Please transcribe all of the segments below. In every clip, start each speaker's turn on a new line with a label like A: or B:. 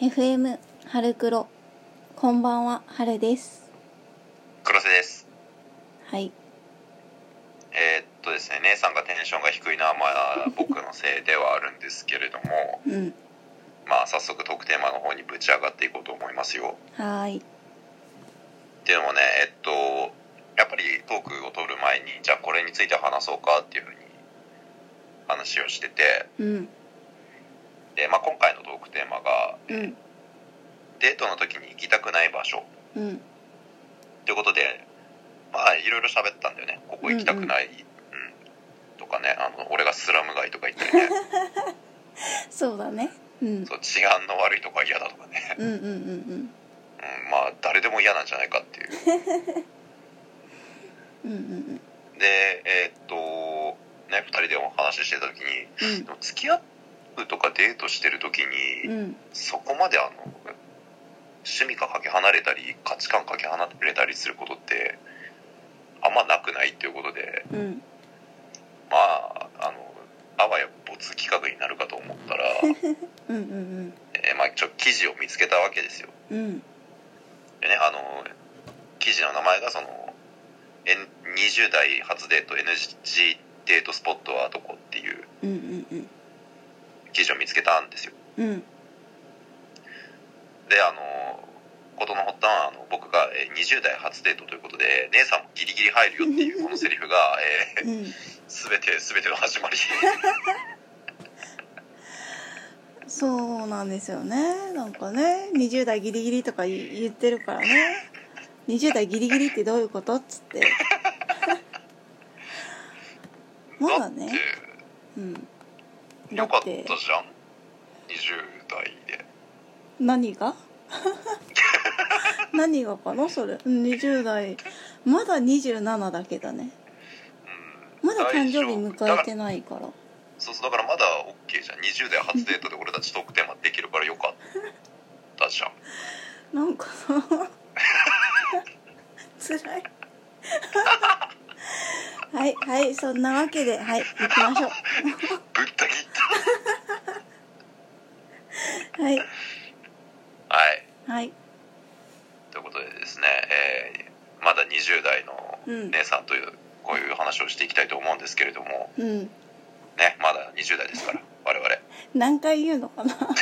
A: FM 春黒こんばんは春です
B: 黒瀬です
A: はい
B: えーっとですね姉さんがテンションが低いのはまあ僕のせいではあるんですけれども
A: うん
B: まあ早速トークテーマの方にぶち上がっていこうと思いますよ
A: はーい
B: でもねえっとやっぱりトークを取る前にじゃあこれについて話そうかっていうふうに話をしてて
A: うん
B: で、まあ、今回のトークテーマが
A: うん
B: デートの時に行きたくない場所
A: うん
B: ということでまあいろいろ喋ったんだよねここ行きたくない、うんとかねあの俺がスラム街とか行った りね
A: そうだねうん
B: そう治安の悪いとか嫌だとかね、
A: うんうんうん
B: うん、まあ誰でも嫌なんじゃないかっていう
A: うんうんうん
B: でえーっとね2人でお話ししてた時にでも付き合うとかデートしてる時
A: うんう
B: に
A: ん
B: そこまであの趣味がかけ離れたり価値観かけ離れたりすることってあんまなくないっていうことで
A: うん
B: まああのあわや没企画になるかと思ったら、
A: うんうん
B: えーまあ、ちょ記事を見つけたわけですよ。
A: うんうん
B: でねあの記事の名前がその「N- 20代初デート NG デートスポットはどこ?」っていう
A: うんうんうん
B: 記事を見つけたんですよ
A: うん
B: であの事の発端はあの僕がえー20代初デートということで姉さんもギリギリ入るよっ ていうこのセリフが、え
A: うん
B: ー、全て全ての始 まり
A: そうなんですよねなんかね20代ギリギリとか言言ってるからね20代ギリギリってどういうことっつってまだねうん
B: ってよかったじゃん20代で
A: 何が 何がかなそれうん20代まだ27だけだね
B: うん
A: まだ誕生日迎えて
B: い
A: ないから
B: そうそうだからまだ OK じゃん20代初デートで俺たちトークテーマできるからよかったじゃん
A: なんかさ 辛い はいはいそんなわけではい行きましょ
B: ぶった切った
A: うはい
B: はい
A: はい
B: ということでですね、えーまだ20代の
A: うん
B: 姉さんという、こういう話をしていきたいと思うんですけれども
A: うん
B: ねまだ20代ですから我々
A: 何回言うのかな は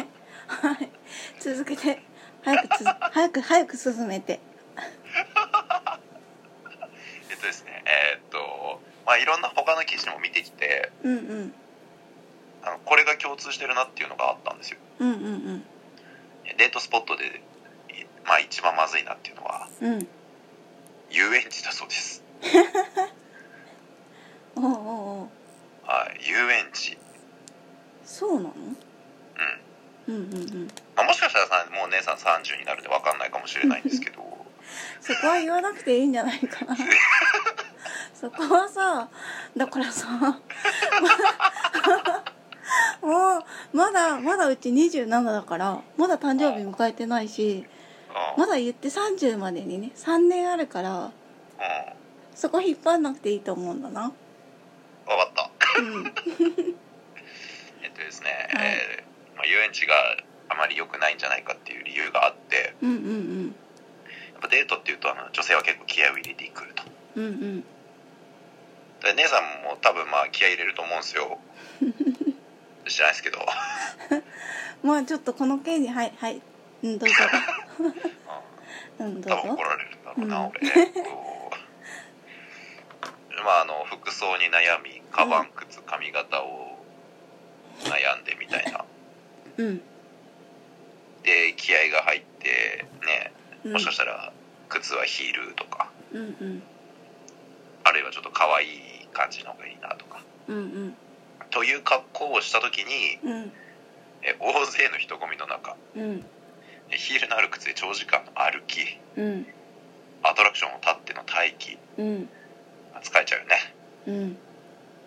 A: いはい続けて早くつづ早く早く進めて
B: えっとですねえーっとまあいろんな他の記事も見てきて
A: うんうん
B: あのこれが共通してるなっていうのがあったんですよ
A: うんうん
B: デートスポットで、いまあ、一番まずいなっていうのは
A: うんうん
B: 遊園地だそうです、
A: おうおうおう
B: はい、遊園地、
A: そうなの
B: うん
A: うんうんうん
B: まあ、もしかしたらさもう姉さん30になるんで分かんないかもしれないんですけど
A: そこは言わなくていいんじゃないか なそこはさだからさもうまだまだうち27だからまだ誕生日迎えてないし
B: うん
A: まだ言って30までにね3年あるから
B: うん
A: そこ引っ張んなくていいと思うんだな
B: 分かった
A: うん
B: えっとですね、
A: はい
B: えーまあ、遊園地があまり良くないんじゃないかっていう理由があって
A: うんうん
B: やっぱデートっていうとあの女性は結構気合を入れてくると
A: うんうんうん
B: で姉さんも多分まあ気合い入れると思うんですよ知らないですけど、うん
A: まあちょっとこの件にはいはいうんどうぞうんど
B: 多
A: う
B: 分
A: ぞ
B: 怒られるんだろうな、
A: うん
B: 俺ねこうまああの服装に悩みカバン靴髪型を悩んでみたいな
A: うん
B: で気合が入ってね
A: うん
B: もしかしたら靴はヒールとか
A: うんうん
B: あるいはちょっと可愛い感じの方がいいなとか
A: うん
B: という格好をした時に
A: うんうん
B: え大勢の人混みの中
A: うん
B: えヒールのある靴で長時間の歩き
A: うん
B: アトラクションを立っての待機
A: うん
B: 疲れちゃうよね
A: うん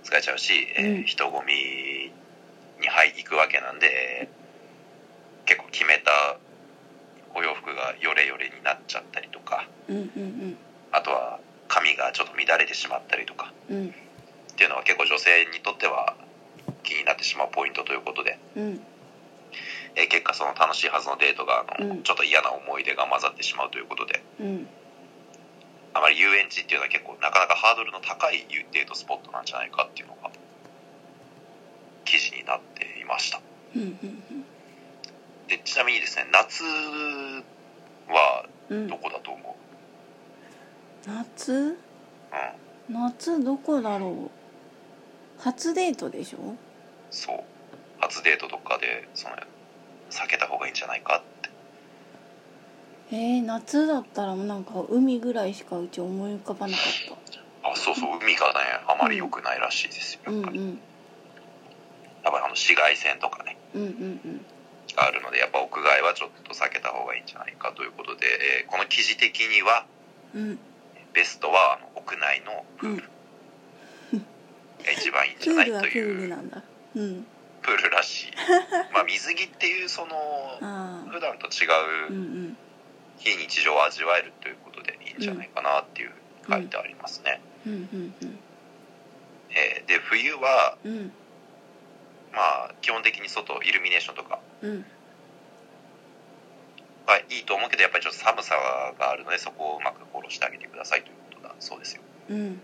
B: 疲れちゃうし、えー
A: うん
B: 人混みに入行くわけなんで結構決めたお洋服がヨレヨレになっちゃったりとか
A: うんうん
B: あとは髪がちょっと乱れてしまったりとか
A: うん
B: っていうのは結構女性にとっては気になってしまうポイントということで、
A: うん
B: えー結果そその楽しいはずのデートがあの、
A: うん
B: ちょっと嫌な思い出が混ざってしまうということで
A: うん
B: あまり遊園地っていうのは結構なかなかハードルの高いデートスポットなんじゃないかっていうのが記事になっていました
A: うん
B: でちなみにですね夏は
A: うんうん
B: どこだと思う、
A: 夏
B: うん、
A: 夏どこだろう初デートでしょ
B: そう初デートとかでその避けた方がいいんじゃないかっ
A: え
B: て
A: ー、夏だったらもうなんか海ぐらいしかうち思い浮かばなかっ
B: あそうそう海がねあまり良くないらしいです
A: た
B: よ
A: うんう
B: やっぱり、
A: ん
B: やっぱりあの紫外線とかね
A: うんうんうん
B: あるのでやっぱ屋外はちょっと避けた方がいいんじゃないかということで、えーこの記事的には
A: うん
B: ベストはあの屋内のプールが一番いいん
A: プ
B: じゃな
A: ー
B: い
A: ルは
B: と
A: プール
B: いう
A: なんだうん
B: プールらしいまあ水着っていうその
A: ああ
B: 普段と違
A: うん
B: う
A: うん
B: 非日常を味わえるということでいいんじゃないかなっていうふうに書いてありますね、
A: うんうんうん
B: えーで冬は
A: うん
B: まあ基本的に外イルミネーションとか
A: うん
B: がいいと思うけどやっぱりちょっと寒さがあるのでそこをうまく殺してあげてくださいということだそうですよ
A: うん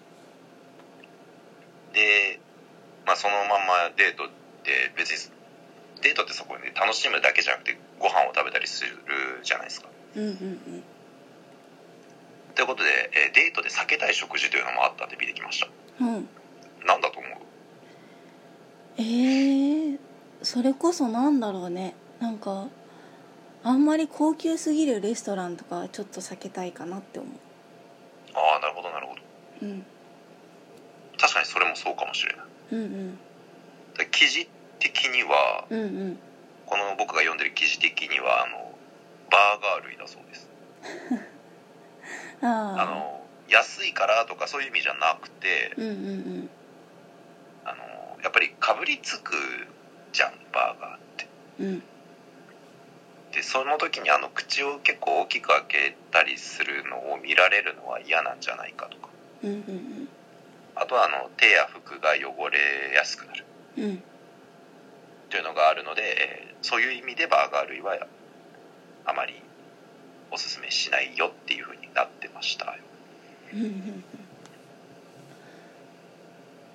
B: で、まあ、そのまんまデートって別にデートってそこに、ね、楽しむだけじゃなくてご飯を食べたりするじゃないですか
A: うんうん
B: ということで、えーデートで避けたい食事というのもあったんで見てきました
A: うんうん
B: なんだと思う
A: えー、それこそなんだろうねなんかあんまり高級すぎるレストランとかはちょっと避けたいかなって思
B: ああなるほどなるほど
A: う、うん、
B: 確かにそれもそうかもしれない
A: うんうん
B: で記事的には
A: うんうん
B: この僕が読んでる記事的にはあのバーガー類だそうですあ
A: ああ
B: の安いからとかそういう意味じゃなくて
A: うんうん
B: あのやっぱりかぶりつくじゃんバーガーって
A: うんうん
B: でその時にあの口を結構大きく開けたりするのを見られるのは嫌なんじゃないかとか
A: うんうん
B: あとはあの手や服が汚れやすくなる
A: うんうん
B: というのがあるので、えーそういう意味でバーガー類はあまりおすすめしないよっていうふうになってました
A: うんうん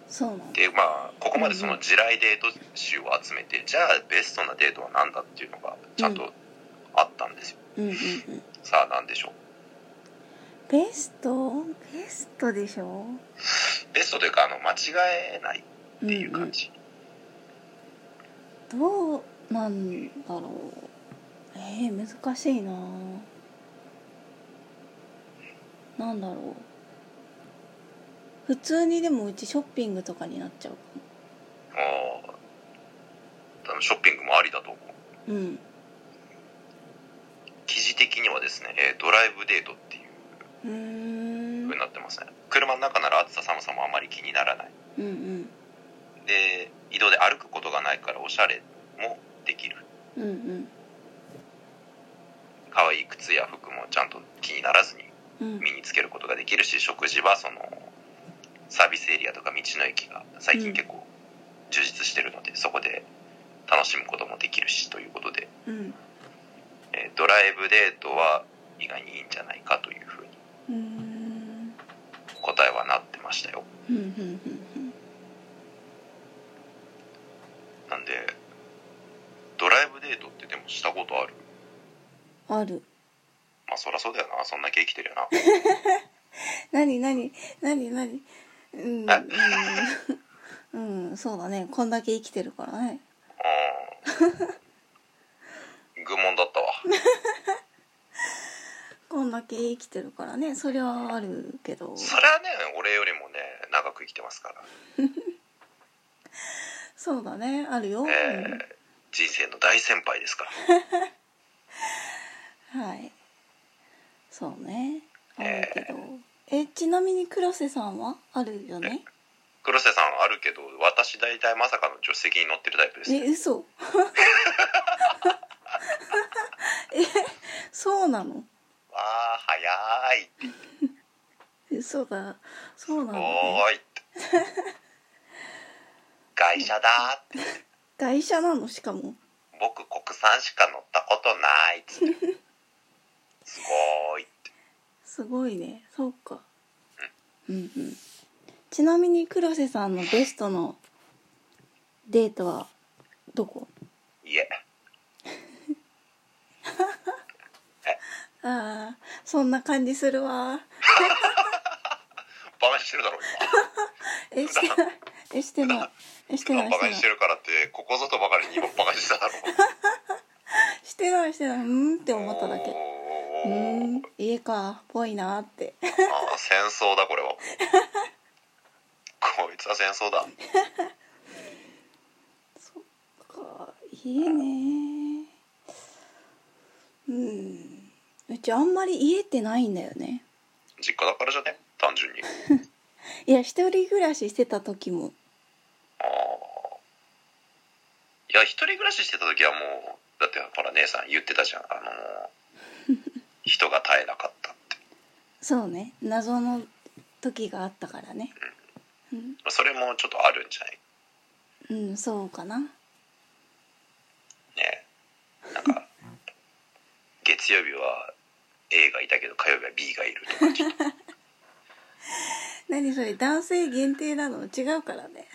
A: そうなんだ
B: でまあここまでその地雷デート集を集めてじゃあベストなデートは何だっていうのがちゃんとあったんですよ、
A: うんうんうん
B: さあ何でしょう
A: ベストベストでしょ
B: ベストというかあの間違えない
A: うんう
B: っていうん感じ、
A: どうなんだろうえー、難しいななんだろう普通にでもうちショッピングとかになっちゃうか
B: ああ多分ショッピングもありだと思う
A: もうん
B: 記事的にはですね、えードライブデートっていう
A: うーん
B: 風になってますね車の中なら暑さ寒さもあまり気にならない
A: うんうん
B: で移動で歩くことがないからおしゃれもできる
A: うんうん
B: 可愛い靴や服もちゃんと気にならずに
A: うん
B: 身につけることができるし食事はそのサービスエリアとか道の駅が最近結構充実してるので、そこで楽しむこともできるしということで、
A: うん
B: えードライブデートは意外にいいんじゃないかというふうに
A: うーん
B: 答えはなってましたよ
A: うんうんうんうん
B: なんでドライブデートってでもしたことある
A: ある
B: まあそりゃそうだよなそんだけ生きてるよ な
A: 何何何何うんうん、うん、そうだねこんだけ生きてるからね
B: うん愚問だったわ
A: こんだけ生きてるからねそりゃあるけど
B: それはね俺よりもね長く生きてますから、
A: そうだねあるよ、
B: えー人生の大先輩ですから
A: うんはいそうねあるけど、えちなみに黒瀬さんはあるよね
B: 黒瀬さんあるけど私大体まさかの助手席に乗ってるタイプです
A: え 嘘えそうなの
B: わあ早い
A: 嘘だそうなの、ね、
B: お ーいって外車だーって
A: 外車なのしかも
B: 僕こ僕さんしか乗ったことないっつってすごーいって
A: すごいねそうかうんうんちなみに黒瀬さんのベストのデートはどこ
B: いえ
A: ああそんな感じするわ
B: バカにしてるだろ
A: えしてないえしてないえして
B: 今
A: ない
B: 今バカにしてるからってここぞとばかりに今バカにしただろ
A: してないしてないうんって 思っただけ
B: お
A: う
B: ー
A: ん家かぽいなって
B: あー戦争だこれはこいつは戦争だ
A: か家ねうんうちあんまり家ってないんだよね
B: 実家だからじゃね単純に
A: いや一人暮らししてた時も
B: ああいや一人暮らししてた時はもうだってほら姉さん言ってたじゃんあの人が絶えなかったって
A: そうね謎の時があったからねうん、
B: それもちょっとあるんじゃない
A: うん、そうかな
B: ねなんか月曜日は A がいたけど火曜日は B がいるとかちょっと
A: 何それ男性限定なの違うからね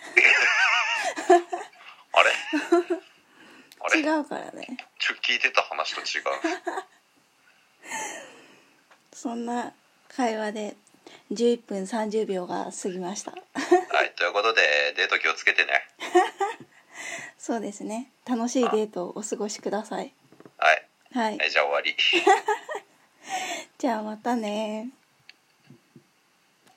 B: あれあれ
A: 違うからね
B: ちょ聞いてた話と違う
A: そんな会話で11分30秒が過ぎま した
B: はいということでデート気をつけてね
A: そうですね楽しいデートをお過ごしください
B: はい
A: はい
B: はい、じゃあ終わり。
A: じゃあまたね